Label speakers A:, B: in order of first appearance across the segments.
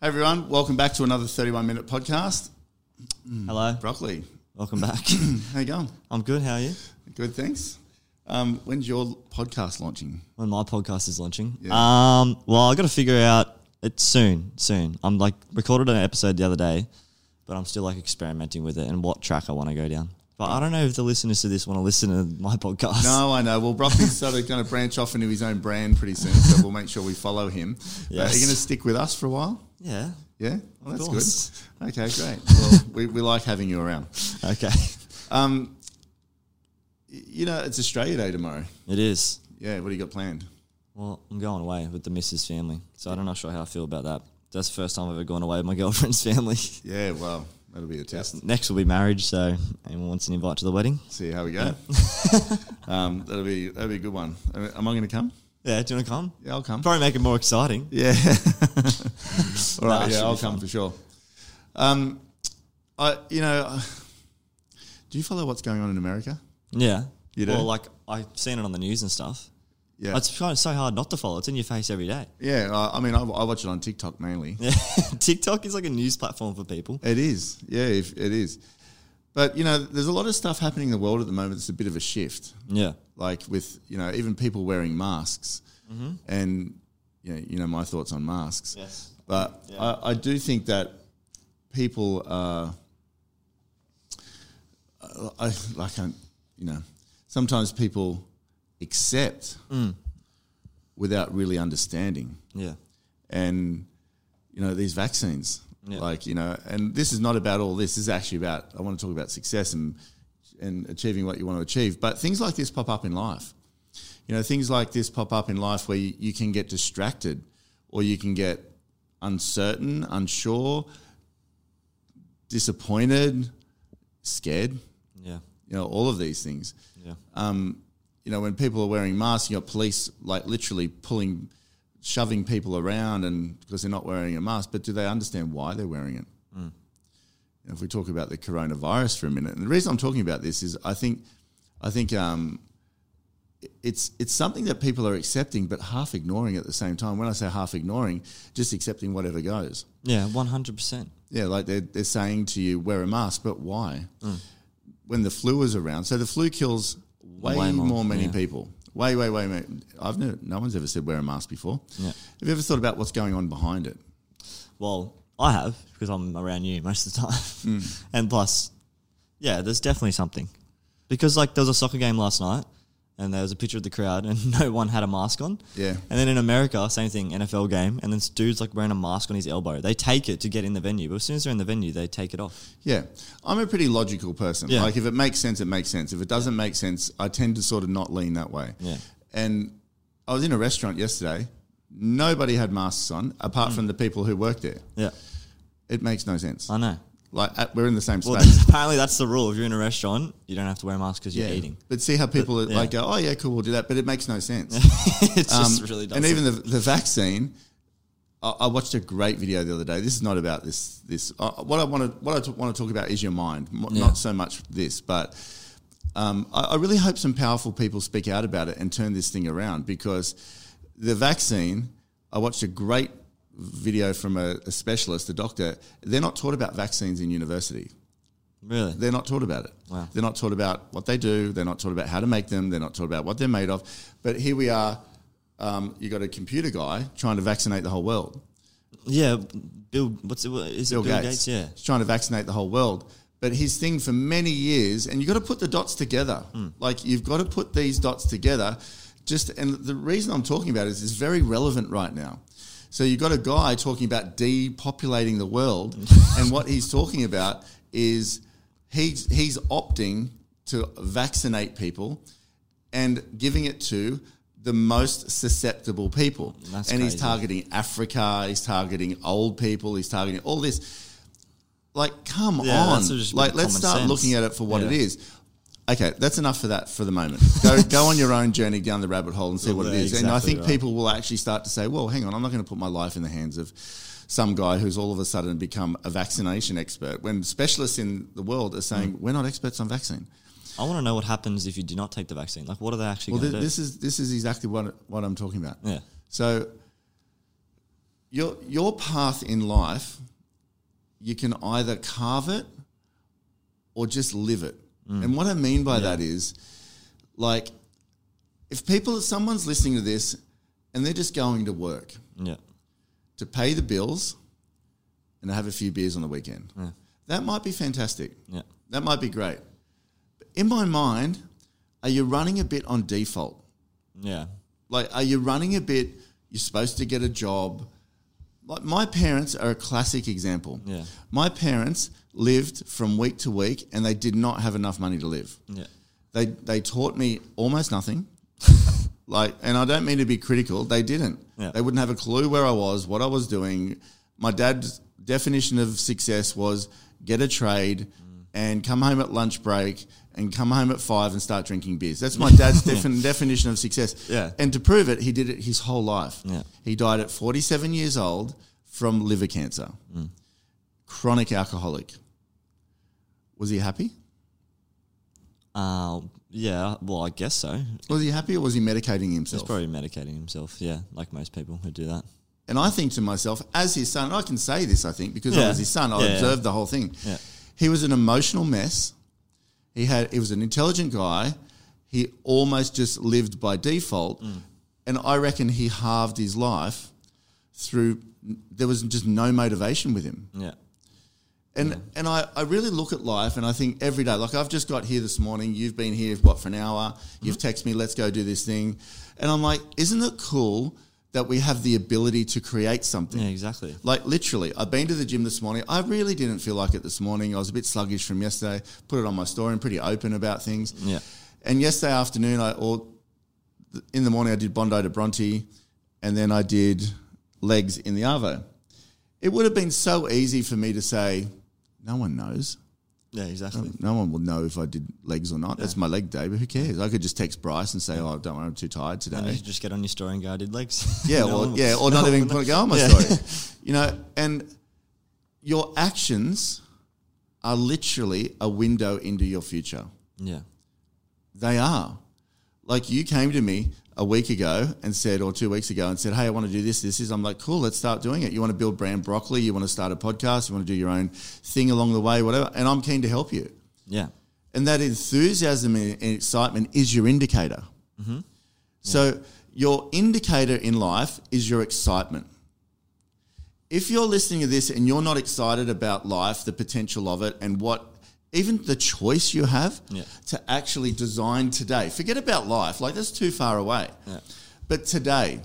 A: Hey everyone, welcome back to another 31 minute podcast.
B: Hello,
A: Broccoli,
B: welcome back.
A: how you going?
B: I'm good. How are you?
A: Good, thanks. Um, when's your podcast launching?
B: When my podcast is launching, um, well, I got to figure out it soon. Soon, I'm like recorded an episode the other day, but I'm still like experimenting with it and what track I want to go down. But I don't know if the listeners to this want to listen to my podcast.
A: No, Oh, I know. Well, Broccoli's sort of going to branch off into his own brand pretty soon, so we'll make sure we follow him. But are
B: Yes.
A: you going to stick with us for a while?
B: Yeah.
A: Yeah, well, that's
B: course.
A: good. Okay, great. Well, we, we like having you around.
B: Okay.
A: Um, y- you know, it's Australia Day tomorrow.
B: It is.
A: Yeah, what do you got planned?
B: Well, I'm going away with the missus family, so I'm not sure how I feel about that. That's the first time I've ever gone away with my girlfriend's family.
A: Yeah, well, that'll be a test.
B: Next will be marriage, so anyone wants an invite to the wedding?
A: See how we go. um, that'll be that'll be a good one. Am I going to come?
B: Yeah, do you want to come?
A: Yeah, I'll come.
B: Probably make it more exciting.
A: Yeah. All right.
B: should
A: yeah,
B: be
A: I'll come for sure. Um, I, you know, do you follow what's going on in America?
B: Yeah.
A: You do?
B: Well, like I've seen it on the news and stuff.
A: Yeah.
B: It's kind of so hard not to follow. It's in your face every day.
A: yeah. I, I mean, I, I watch it on TikTok mainly.
B: Yeah. TikTok is like a news platform for people.
A: It is. Yeah, if, it is. But, you know, there's a lot of stuff happening in the world at the moment that's a bit of a shift.
B: Yeah.
A: Like with, you know, even people wearing masks.
B: Mm-hmm.
A: And, you know, you know, my thoughts on masks.
B: Yes.
A: But I, I do think that people are, I, I- like, I, you know, sometimes people accept without really understanding.
B: Yeah.
A: And, you know, these vaccines,
B: Yeah.
A: like, you know, and this is not about all this. This is actually about, I want to talk about success and, and achieving what you want to achieve. But things like this pop up in life. You know, things like this pop up in life where you, you can get distracted or you can get uncertain, unsure, disappointed, scared,
B: Yeah.
A: you know, all of these things.
B: Yeah.
A: You know, when people are wearing masks, you got police like literally pulling, shoving people around and because they're not wearing a mask, but do they understand why they're wearing it? You know, If we talk about the coronavirus for a minute, and the reason I'm talking about this is I think, I think um, it's it's something that people are accepting but half ignoring at the same time. When I say half ignoring, just accepting whatever goes.
B: Yeah. One hundred percent.
A: Yeah, like they're, they're saying to you, wear a mask, but why?
B: Mm.
A: When the flu is around. So the flu kills way,
B: Way
A: more,
B: more,
A: many
B: yeah.
A: people. Way, way, way. ma- I've never, no one's ever said wear a mask before.
B: Yeah.
A: Have you ever thought about what's going on behind it?
B: Well, I have because I'm around you most of the time,
A: Mm.
B: and plus, yeah, there's definitely something because like there was a soccer game last night, and there was a picture of the crowd, and no one had a mask on.
A: Yeah.
B: And then in America, same thing, NFL game, and then this dude's like wearing a mask on his elbow. They take it to get in the venue, but as soon as they're in the venue, they take it off.
A: Yeah. I'm a pretty logical person.
B: Yeah.
A: Like if it makes sense, it makes sense. If it doesn't make sense, I tend to sort of not lean that way.
B: Yeah.
A: And I was in a restaurant yesterday. Nobody had masks on apart from the people who worked there.
B: Yeah,
A: It makes no sense.
B: Mm. I know.
A: Like at, we're in the same space.
B: Well, apparently that's the rule. If you're in a restaurant, you don't have to wear a mask because you're eating.
A: But see how people are
B: yeah.
A: like go, oh yeah, cool, we'll do that, but it makes no sense.
B: it's just
A: Um,
B: really does
A: and even the, the vaccine. I, I watched a great video the other day. This is not about this. This uh, what I want to what I t- want to talk about is your mind, m- not so much this, but. Um, I, I really hope some powerful people speak out about it and turn this thing around because the vaccine. I watched a great video from a, a specialist, a doctor. They're not taught about vaccines in university
B: really.
A: they're not taught about it.
B: Wow.
A: They're not taught about what they do. They're not taught about how to make them. They're not taught about what they're made of. But here we are. Um, you got a computer guy trying to vaccinate the whole world.
B: Yeah, Bill. What's it? Is it Bill Gates? Yeah.
A: He's trying to vaccinate the whole world. But his thing for many years, and you've got to put the dots together.
B: Hmm.
A: Like you've got to put these dots together. Just and the reason I'm talking about it is it's very relevant right now. So you've got a guy talking about depopulating the world, and what he's talking about is he's he's opting to vaccinate people and giving it to the most susceptible people.
B: That's
A: and he's
B: crazy.
A: targeting Africa, he's targeting old people, he's targeting all this. Like, come
B: Yeah,
A: on.
B: that's just a bit
A: Like,
B: of
A: let's
B: common
A: start
B: sense.
A: looking at it for what
B: Yeah.
A: it is. Okay, that's enough for that for the moment. Go, go on your own journey down the rabbit hole and see what it
B: Yeah,
A: is. and I
B: exactly
A: think
B: right.
A: people will actually start to say, well, hang on, I'm not going to put my life in the hands of some guy who's all of a sudden become a vaccination expert when specialists in the world are saying,
B: Hmm.
A: we're not experts on vaccine.
B: I want to know what happens if you do not take the vaccine. Like, what are they actually
A: Well,
B: going
A: th-
B: to do?
A: this is this is exactly what what I'm talking about.
B: yeah,
A: So your your path in life, you can either carve it or just live it. And what I mean by that is, like, if people, if someone's listening to this, and they're just going to work
B: Yeah.
A: to pay the bills, and have a few beers on the weekend, that might be fantastic.
B: Yeah.
A: That might be great. But in my mind, are you running a bit on default?
B: Yeah.
A: Like, are you running a bit? You're supposed to get a job. Like, my parents are a classic example.
B: Yeah.
A: My parents lived from week to week and they did not have enough money to live.
B: Yeah.
A: They, they taught me almost nothing. like, and I don't mean to be critical, they didn't.
B: Yeah.
A: They wouldn't have a clue where I was, what I was doing. My dad's definition of success was get a trade
B: Mm.
A: and come home at lunch break and come home at five and start drinking beers. That's my dad's defin- definition of success.
B: Yeah.
A: And to prove it, he did it his whole life.
B: Yeah.
A: He died at 47 years old from liver cancer,
B: Mm.
A: chronic alcoholic. Was he happy?
B: Uh, yeah. Well, I guess so.
A: Was he happy or was he medicating
B: He's
A: himself?
B: probably medicating himself. Yeah, like most people who do that.
A: And I think to myself, as his son, and I can say this, I think, because I
B: Yeah.
A: was his son, I
B: Yeah, yeah.
A: observed the whole thing.
B: Yeah.
A: He was an emotional mess. He had he was an intelligent guy. He almost just lived by default.
B: Mm.
A: And I reckon he halved his life through there was just no motivation with him.
B: Yeah.
A: And and I, I really look at life and I think every day, like I've just got here this morning, you've been here what for an hour,
B: Mm-hmm.
A: you've texted me, let's go do this thing. And I'm like, isn't it cool that we have the ability to create something?
B: Yeah. Exactly.
A: Like literally, I've been to the gym this morning. I really didn't feel like it this morning. I was a bit sluggish from yesterday. Put it on my story. I'm pretty open about things.
B: Yeah.
A: And yesterday afternoon, I or th- in the morning, I did Bondi to Bronte, and then I did legs in the Arvo. It would have been so easy for me to say, no one knows.
B: Yeah. Exactly.
A: No one will know if I did legs or not. That's my leg day, but who cares? I could just text Bryce and say, oh, don't worry, I'm too tired today.
B: And you just get on your story and go, I did legs.
A: Yeah,
B: No
A: or,
B: one will-
A: yeah, or not
B: no
A: even
B: one
A: put
B: will know.
A: a go on my
B: Yeah.
A: story. You know, and your actions are literally a window into your future.
B: Yeah.
A: They are. Like you came to me a week ago and said, or two weeks ago, and said, "Hey, I want to do this. This is." I'm like, "Cool, let's start doing it." You want to build brand broccoli? You want to start a podcast? You want to do your own thing along the way, whatever. And I'm keen to help you.
B: Yeah.
A: And that enthusiasm and and excitement is your indicator.
B: Mm-hmm.
A: So, your indicator in life is your excitement. If you're listening to this and you're not excited about life, the potential of it, and what even the choice you have
B: Yeah.
A: to actually design today, forget about life, like that's too far away.
B: Yeah.
A: But today,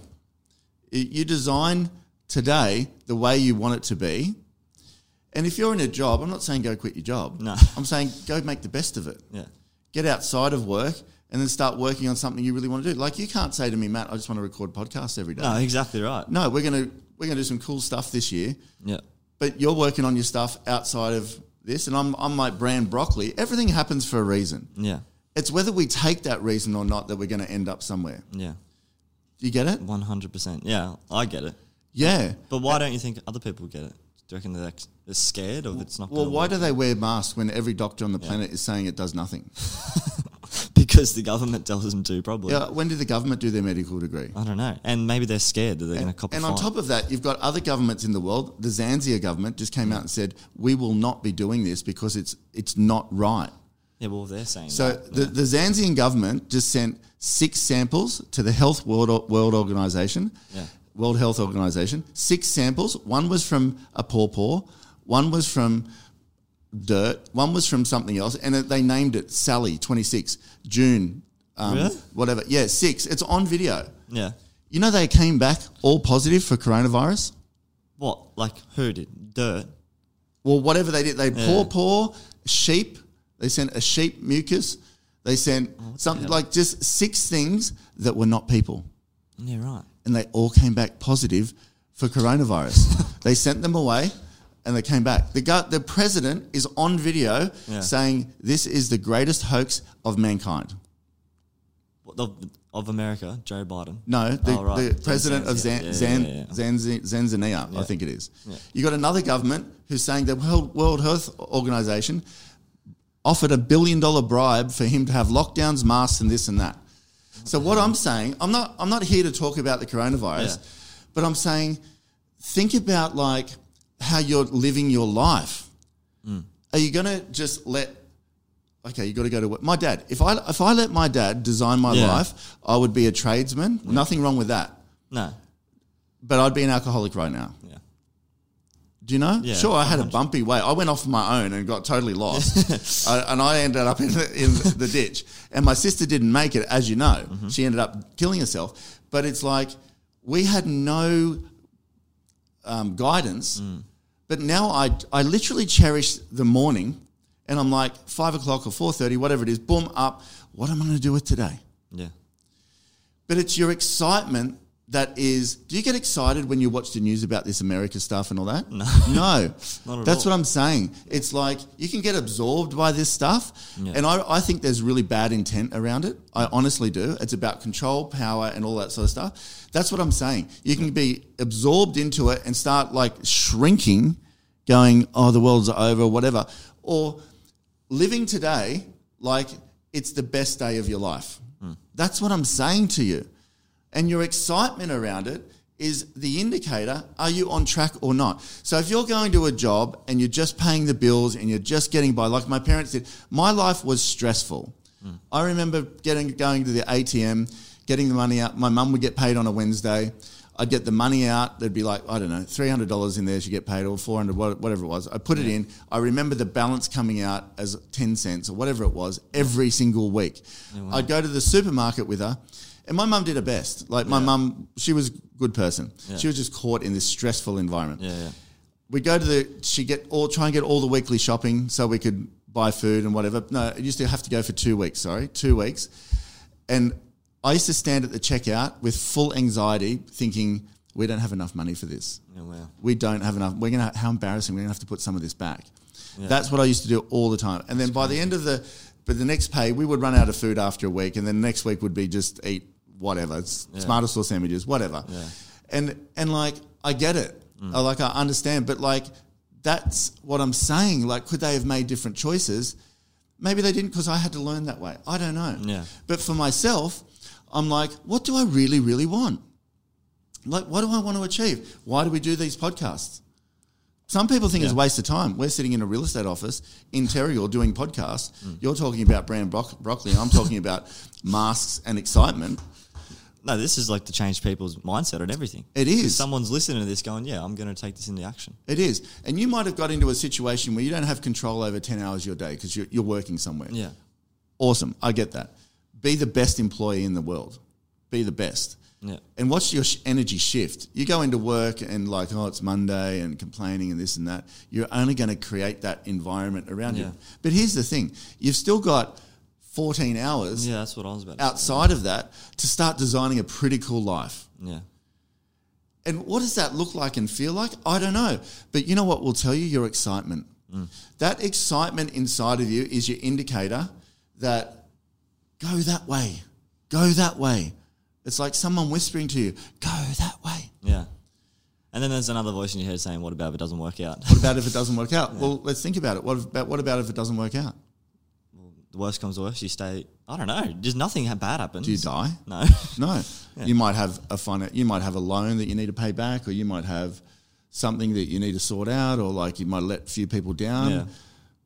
A: y- you design today the way you want it to be. And if you're in a job, I'm not saying go quit your job.
B: No.
A: I'm saying go make the best of it.
B: Yeah.
A: Get outside of work and then start working on something you really want to do. Like you can't say to me, Matt, I just want to record podcasts every day.
B: No, exactly right.
A: No, we're gonna we're gonna do some cool stuff this year.
B: Yeah.
A: But you're working on your stuff outside of this, and I'm I'm like brand broccoli. Everything happens for a reason.
B: Yeah.
A: It's whether we take that reason or not that we're going to end up somewhere.
B: Yeah.
A: Do you get it?
B: 100%. Yeah. I get it.
A: Yeah.
B: But why don't you think other people get it? Do you reckon they're, like, they're scared of it's not
A: Well,
B: gonna
A: why
B: work?
A: do they wear masks when every doctor on the planet is saying it does nothing?
B: Because the government tells them to, probably.
A: Yeah, when did the government do their medical degree?
B: I don't know. And maybe they're scared that they're going to cop a
A: And on
B: fine.
A: top of that, you've got other governments in the world. The Zanzibar government just came out and said, "We will not be doing this because it's it's not right."
B: yeah, well, they're saying
A: So
B: that.
A: the, the Zanzibar government just sent six samples to the Health World World Organization,
B: Yeah.
A: World Health Organization. Six samples. One was from a paw paw, one was from dirt, one was from something else, and it, they named it Sally twenty six June, um,
B: Really?
A: whatever. Yeah, six. It's on video.
B: Yeah.
A: You know they came back all positive for coronavirus.
B: What? Like, who did? Dirt?
A: well, whatever they did, they paw paw sheep. They sent a sheep mucus. They sent something like just six things that were not people,
B: Yeah, right.
A: and they all came back positive for coronavirus. they sent them away, and they came back. The gu- the president is on video
B: Yeah.
A: saying this is the greatest hoax of mankind.
B: What, of, of America, Joe Biden.
A: No, the,
B: Oh, right.
A: the president of Zan,
B: Tanzania. Yeah,
A: Zan,
B: yeah, yeah.
A: Zanzi- Zanzania, I think it is. You got another government who's saying the World, World Health Organization offered a billion dollar bribe for him to have lockdowns, masks, and this and that. So what I'm saying, I'm not, I'm not here to talk about the coronavirus,
B: Yeah.
A: but I'm saying think about like how you're living your life. Are you gonna just let? Okay, you got to go to work. My dad. If I if I let my dad design my
B: Yeah.
A: life, I would be a tradesman. Nothing wrong with that.
B: No.
A: But I'd be an alcoholic right now.
B: Yeah.
A: Do you know?
B: Yeah,
A: sure, I had a bumpy way. I went off my own and got totally lost, I, and I ended up in the, in the ditch. And my sister didn't make it, as you know. She ended up killing herself. But it's like we had no um, guidance. But now I I literally cherish the morning, and I'm like five o'clock or four thirty, whatever it is. Boom up. What am I going to do with today?
B: Yeah.
A: But it's your excitement that is. Do you get excited when you watch the news about this America stuff and all that? No, no.
B: Not at
A: That's
B: all.
A: what I'm saying. It's like you can get absorbed by this stuff, and I, I think there's really bad intent around it. I honestly do. It's about control, power, and all that sort of stuff. That's what I'm saying. You can be absorbed into it and start like shrinking, going, "Oh, the world's over," whatever, or living today like it's the best day of your life. That's what I'm saying to you. And your excitement around it is the indicator are you on track or not? So if you're going to a job and you're just paying the bills and you're just getting by, like my parents did, my life was stressful. I remember getting going to the ATM, getting the money out. My mum would get paid on a Wednesday. I'd get the money out. There'd be like, I don't know, $300 in there, she get paid, or 400 wha- whatever it was. I put it in. I remember the balance coming out as 10 cents or whatever it was every single week. I'd go to the supermarket with her, and my mum did her best. Like, my mum, she was a good person. She was just caught in this stressful environment
B: Yeah. Yeah.
A: we go to the she get all try and get all the weekly shopping so we could buy food and whatever. No, it used to have to go for two weeks. Sorry, two weeks. And I used to stand at the checkout with full anxiety, thinking we don't have enough money for this.
B: Yeah, wow.
A: We don't have enough. We're gonna how embarrassing. We're gonna have to put some of this back. That's what I used to do all the time. And then by the end of the, but the next pay we would run out of food after a week, and then next week would be just eat whatever, s- smarter sauce sandwiches, whatever. And and like I get it, I, like I understand, but like that's what I'm saying. Like, could they have made different choices? Maybe they didn't because I had to learn that way. I don't know.
B: Yeah.
A: But for myself, I'm like, what do I really, really want? Like, what do I want to achieve? Why do we do these podcasts? Some people think it's a waste of time. We're sitting in a real estate office in Terrigal doing podcasts.
B: Mm.
A: You're talking about brand bro- broccoli. I'm talking about masks and excitement.
B: No, this is like to change people's mindset and everything.
A: It
B: 'Cause
A: is.
B: Someone's listening to this going, yeah, I'm going to take this into action.
A: It is. And you might have got into a situation where you don't have control over 10 hours of your day because you're, you're working somewhere.
B: Yeah.
A: Awesome. I get that. Be the best employee in the world. Be the best.
B: Yeah.
A: And what's your sh- energy shift? You go into work and like, oh, it's Monday and complaining and this and that. You're only going to create that environment around
B: Yeah.
A: you. But here's the thing: you've still got 14 hours
B: Yeah, that's what I was about. to say.
A: outside of that to start designing a pretty cool life.
B: Yeah.
A: And what does that look like and feel like? I don't know. But you know what will tell you? Your excitement.
B: Mm.
A: That excitement inside of you is your indicator that go that way, go that way. It's like someone whispering to you, go that way.
B: Yeah. And then there's another voice in your head saying, what about if it doesn't work out?
A: What about if it doesn't work out? Well, let's think about it. What about what about if it doesn't work out?
B: the worst comes to worst, you stay. I don't know. Just nothing ha- bad happens.
A: Do you die?
B: No.
A: No. You might have a fin- you might have a loan that you need to pay back, or you might have something that you need to sort out, or like you might let a few people down.
B: Yeah.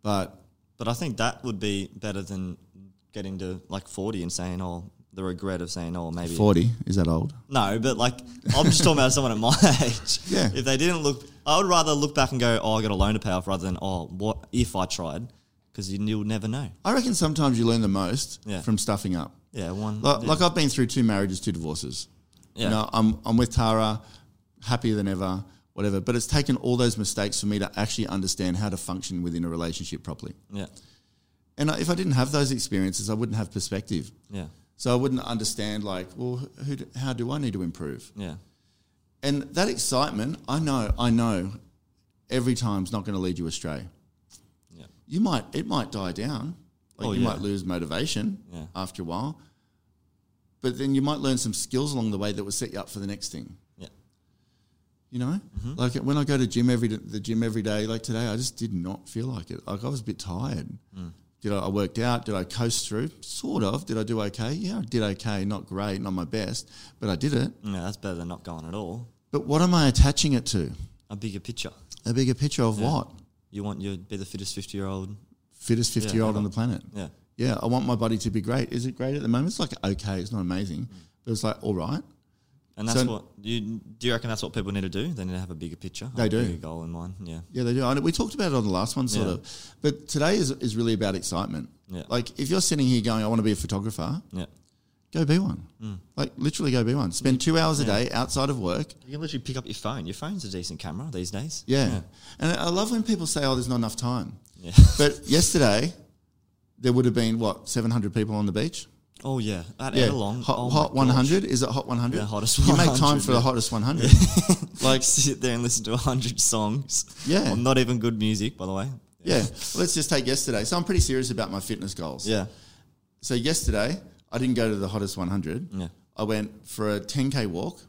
A: But
B: But I think that would be better than getting to like 40 and saying, oh, the regret of saying, oh, maybe.
A: forty is that old?
B: No, but like, I'm just talking about someone at my age.
A: Yeah.
B: If they didn't look, I would rather look back and go, oh, I got a loan to pay off rather than, oh, what if I tried? Because you'll never know.
A: I reckon sometimes you learn the most
B: Yeah.
A: from stuffing up.
B: Yeah, one.
A: Like, like I've been through two marriages, two divorces.
B: Yeah.
A: You know, I'm I'm with Tara, happier than ever, whatever. But it's taken all those mistakes for me to actually understand how to function within a relationship properly.
B: yeah.
A: And I- if I didn't have those experiences, I wouldn't have perspective.
B: Yeah.
A: So I wouldn't understand like, well, who, do- how do I need to improve?
B: Yeah.
A: And that excitement, I know, I know, every time's not going to lead you astray.
B: Yeah.
A: You might, it might die down. Like
B: Oh,
A: you
B: yeah.
A: might lose motivation
B: Yeah.
A: after a while, but then you might learn some skills along the way that will set you up for the next thing.
B: Yeah.
A: You know,
B: Mm-hmm.
A: like when I go to gym every the gym every day, like today, I just did not feel like it. Like I was a bit tired.
B: Mm.
A: Did I, I worked out? Did I coast through? Sort of. Did I do okay? Yeah, I did okay. Not great, not my best, but I did it.
B: No, that's better than not going at all.
A: But what am I attaching it to?
B: A bigger picture.
A: A bigger picture of what?
B: You want you to be the fittest fifty year old.
A: Fittest 50 year old on the planet.
B: Yeah.
A: yeah, I want my body to be great. Is it great at the moment? It's like okay, it's not
B: Mm.
A: amazing, but it's like all right.
B: And that's
A: So-
B: what you do. You reckon that's what people need to do? They need to have a bigger picture.
A: They
B: a
A: do.
B: Bigger goal in mind. Yeah.
A: Yeah, they do. I know, we talked about it on the last one, sort
B: Yeah.
A: of. But today is, is really about excitement.
B: Yeah.
A: Like if you're sitting here going, I want to be a photographer,
B: Yeah.
A: go be one.
B: Mm.
A: Like literally, go be one. Spend two hours a day outside of work.
B: You can literally pick up your phone. Your phone's a decent camera these days.
A: Yeah. and I love when people say, "Oh, there's not enough time."
B: Yeah.
A: But yesterday, there would have been what 700 people on the beach.
B: Oh yeah. That
A: Yeah,
B: yeah. long.
A: hot,
B: oh my
A: hot
B: gosh.
A: 100 is it hot 100?
B: Yeah, hottest
A: You make time
B: 100,
A: for the
B: yeah.
A: hottest 100.
B: Like sit there and listen to hundred songs.
A: Yeah.
B: Well, not even good music, by the way.
A: yeah, let's just take yesterday. So I'm pretty serious about my fitness goals.
B: Yeah.
A: So yesterday, I didn't go to the hottest 100.
B: Yeah.
A: I went for a 10k walk,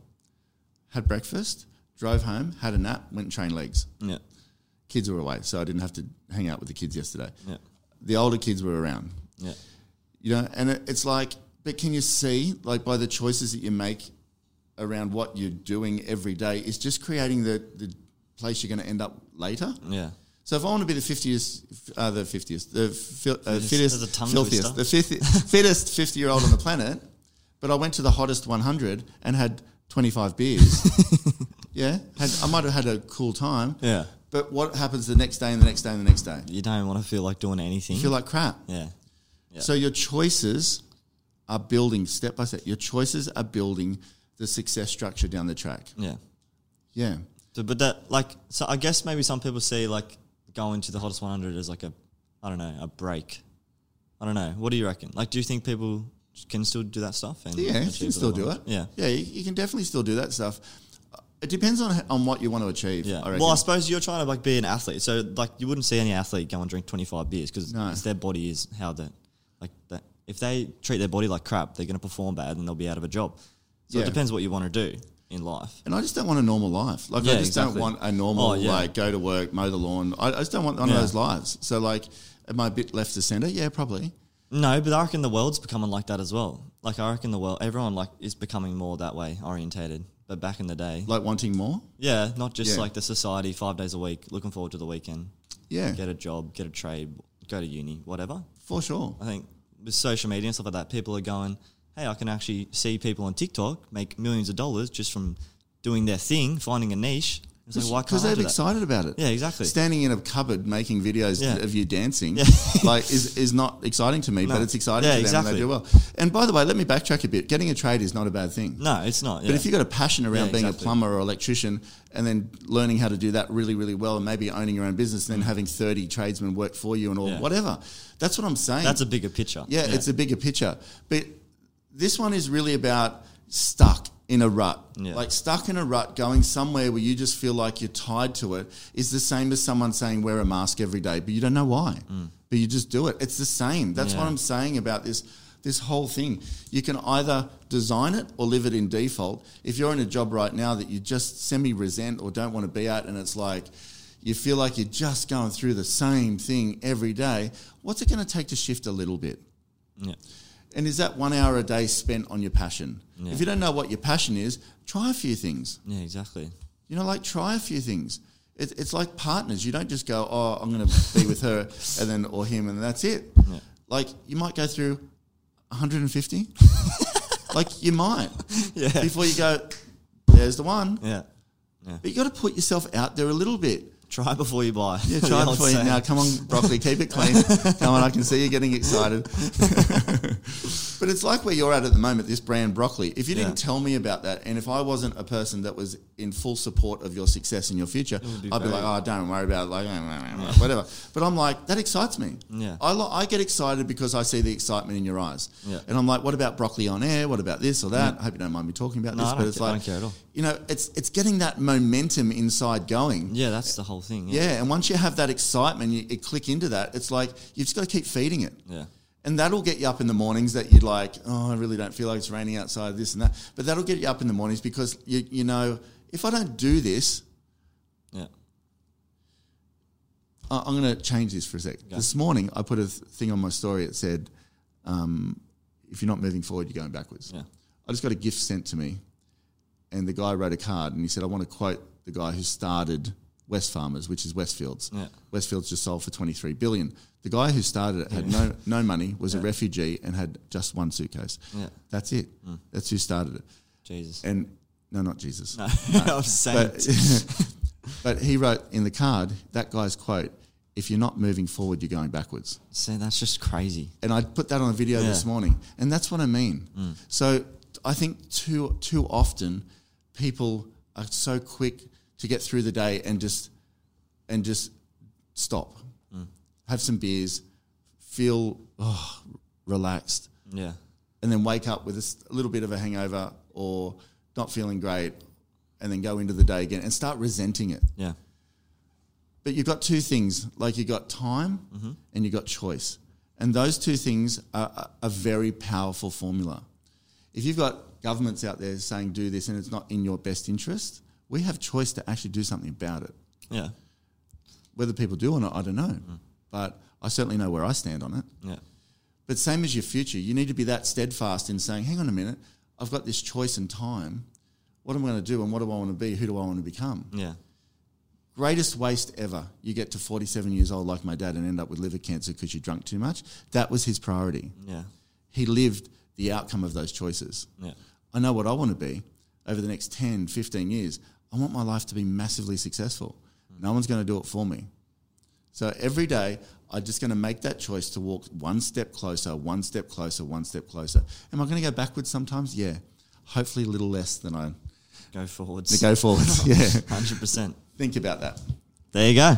A: had breakfast, drove home, had a nap, went and trained legs.
B: Yeah.
A: Kids were away, so I didn't have to hang out with the kids yesterday.
B: Yeah.
A: The older kids were around,
B: Yeah.
A: you know, and it, it's like, but can you see, like, by the choices that you make around what you're doing every day, it's just creating the, the place you're going to end up later.
B: Yeah.
A: So if I want to be the fiftieth, uh, the fiftieth, the fil- uh,
B: Fittest.
A: fittest,
B: There's a tongue
A: filthiest,
B: twister.
A: the fifth, fittest fifty-year-old on the planet, but I went to the hottest one hundred and had twenty-five beers. yeah, had, I might have had a cool time.
B: Yeah.
A: But what happens the next day and the next day and the next day?
B: You don't want to feel like doing anything.
A: You feel like crap.
B: yeah.
A: So your choices are building step by step. Your choices are building the success structure down the track.
B: Yeah.
A: Yeah.
B: So, but that like so I guess maybe some people see like going to the hottest 100 as like a I don't know a break. I don't know. What do you reckon? Like, do you think people can still do that stuff? And
A: Yeah, you
B: achieve
A: can still
B: what they
A: do it.
B: want? Yeah,
A: yeah, you, you can definitely still do that stuff. Uh, It depends on on what you want to achieve.
B: yeah.
A: I reckon.
B: well, I suppose you're trying to like be an athlete, so like you wouldn't see any athlete go and drink 25 beers because
A: No.
B: their body is how that like that. If they treat their body like crap, they're going to perform bad and they'll be out of a job. So
A: Yeah.
B: it depends what you want to do in life.
A: and I just don't want a normal life. Like I
B: Yeah,
A: just
B: exactly.
A: don't want a normal
B: Oh, yeah.
A: like go to work, mow the lawn. I, I just don't want one
B: Yeah.
A: of those lives. So like, am I a bit left to center? Yeah, probably.
B: No, but I reckon the world's becoming like that as well. Like I reckon the world, everyone like is becoming more that way orientated. But back in the day,
A: Like wanting more.
B: Yeah, not just
A: Yeah.
B: like the society five days a week, looking forward to the weekend,
A: Yeah,
B: get a job, get a trade, go to uni, whatever.
A: for sure.
B: I think with social media and stuff like that, people are going, hey, I can actually see people on TikTok make millions of dollars just from doing their thing, finding a niche. It's like, why
A: Because
B: can't I
A: they're
B: do that?
A: excited about it.
B: Yeah, exactly.
A: Standing in a cupboard making videos
B: Yeah.
A: of you dancing, like is, is not exciting to me, but it's exciting
B: Yeah,
A: to them
B: exactly.
A: when they do well. And by the way, let me backtrack a bit. Getting a trade is not a bad thing.
B: no, it's not.
A: But
B: yeah.
A: if you've got a passion around
B: Yeah,
A: being a
B: exactly.
A: plumber or electrician and then learning how to do that really, really well and maybe owning your own business and then having 30 tradesmen work for you and all,
B: Mm. Yeah.
A: whatever, that's what I'm saying.
B: That's a bigger picture.
A: yeah, it's a bigger picture. But this one is really about stuck in a rut.
B: Yeah.
A: Like stuck in a rut, going somewhere where you just feel like you're tied to it is the same as someone saying wear a mask every day, but you don't know why. But you just do it. It's the same. That's what
B: Mm. Yeah.
A: I'm saying about this this whole thing. You can either design it or live it in default. If you're in a job right now that you just semi resent or don't want to be at and it's like you feel like you're just going through the same thing every day, what's it going to take to shift a little bit?
B: yeah.
A: And is that one hour a day spent on your passion? If you don't know what your passion is, try a few things.
B: Yeah, exactly.
A: You know, like try a few things. It, it's like partners. You don't just go, oh, I'm going to be with her and then or him and that's it. Like you might go through 150. like you might
B: Yeah.
A: before you go, there's the one.
B: Yeah.
A: But you got to put yourself out there a little bit.
B: Try before you buy.
A: Yeah,
B: the
A: try
B: old
A: before you
B: saying.
A: now. Come on, broccoli, keep it clean. Come on, I can see you getting excited. but it's like where you're at at the moment. This brand broccoli. If you didn't
B: Yeah.
A: tell me about that, and if I wasn't a person that was in full support of your success and your future, I'd be
B: be very-
A: like, oh, don't worry about it. Like, mm, whatever. But I'm like, that excites me.
B: Yeah.
A: I, lo- I get excited because I see the excitement in your eyes.
B: Yeah.
A: And I'm like, what about broccoli on air? What about this or that? I hope you don't mind me talking about
B: No,
A: this,
B: I
A: but
B: don't
A: it's
B: ca- I
A: like,
B: don't care at all.
A: you know, it's it's getting that momentum inside going.
B: Yeah, that's the whole thing. Yeah.
A: Yeah, and once you have that excitement, you, you click into that. It's like you've just got to keep feeding it,
B: Yeah.
A: and that'll get you up in the mornings. That you're like, oh, I really don't feel like it's raining outside. This and that, but that'll get you up in the mornings because you you know if I don't do this,
B: Yeah.
A: I- I'm going to change this for a sec. This morning, I put a th- thing on my story. It said, um, if you're not moving forward, you're going backwards.
B: Yeah.
A: I just got a gift sent to me, and the guy wrote a card and he said, I want to quote the guy who started West Farmers, which is Westfields.
B: Yeah.
A: Westfields just sold for 23 billion. The guy who started it had no, no money, was a refugee, and had just one suitcase.
B: Yeah. Hmm.
A: That's it. That's who started it.
B: Jesus.
A: And no, not Jesus.
B: I'm saying.
A: But, but he wrote in the card that guy's quote: "If you're not moving forward, you're going backwards."
B: See, that's just crazy.
A: And I put that on a video this
B: Yeah.
A: morning, and that's what I mean. So I think too too often people are so quick to get through the day and just and just stop, have some beers, feel oh, relaxed,
B: Yeah.
A: and then wake up with a s- a little bit of a hangover or not feeling great, and then go into the day again and start resenting it.
B: Yeah.
A: But you've got two things like you've got time and you've got choice. And those two things are are a very powerful formula. If you've got governments out there saying do this and it's not in your best interest, we have choice to actually do something about it.
B: Yeah.
A: Whether people do or not, I don't know. But I certainly know where I stand on it.
B: Yeah.
A: But same as your future, you need to be that steadfast in saying, hang on a minute, I've got this choice and time. What am I going to do and what do I want to be? Who do I want to become?
B: Yeah.
A: greatest waste ever. You get to 47 years old, like my dad, and end up with liver cancer because you drunk too much. That was his priority.
B: Yeah.
A: He lived the outcome of those choices.
B: Yeah.
A: I know what I want to be over the next 10, 15 years. I want my life to be massively successful. No one's going to do it for me. So every day, I'm just going to make that choice to walk one step closer, one step closer, one step closer. Am I going to go backwards sometimes? Yeah. Hopefully, a little less than I
B: Go forwards.
A: go forwards. yeah.
B: Hundred percent.
A: Think about that.
B: There you go.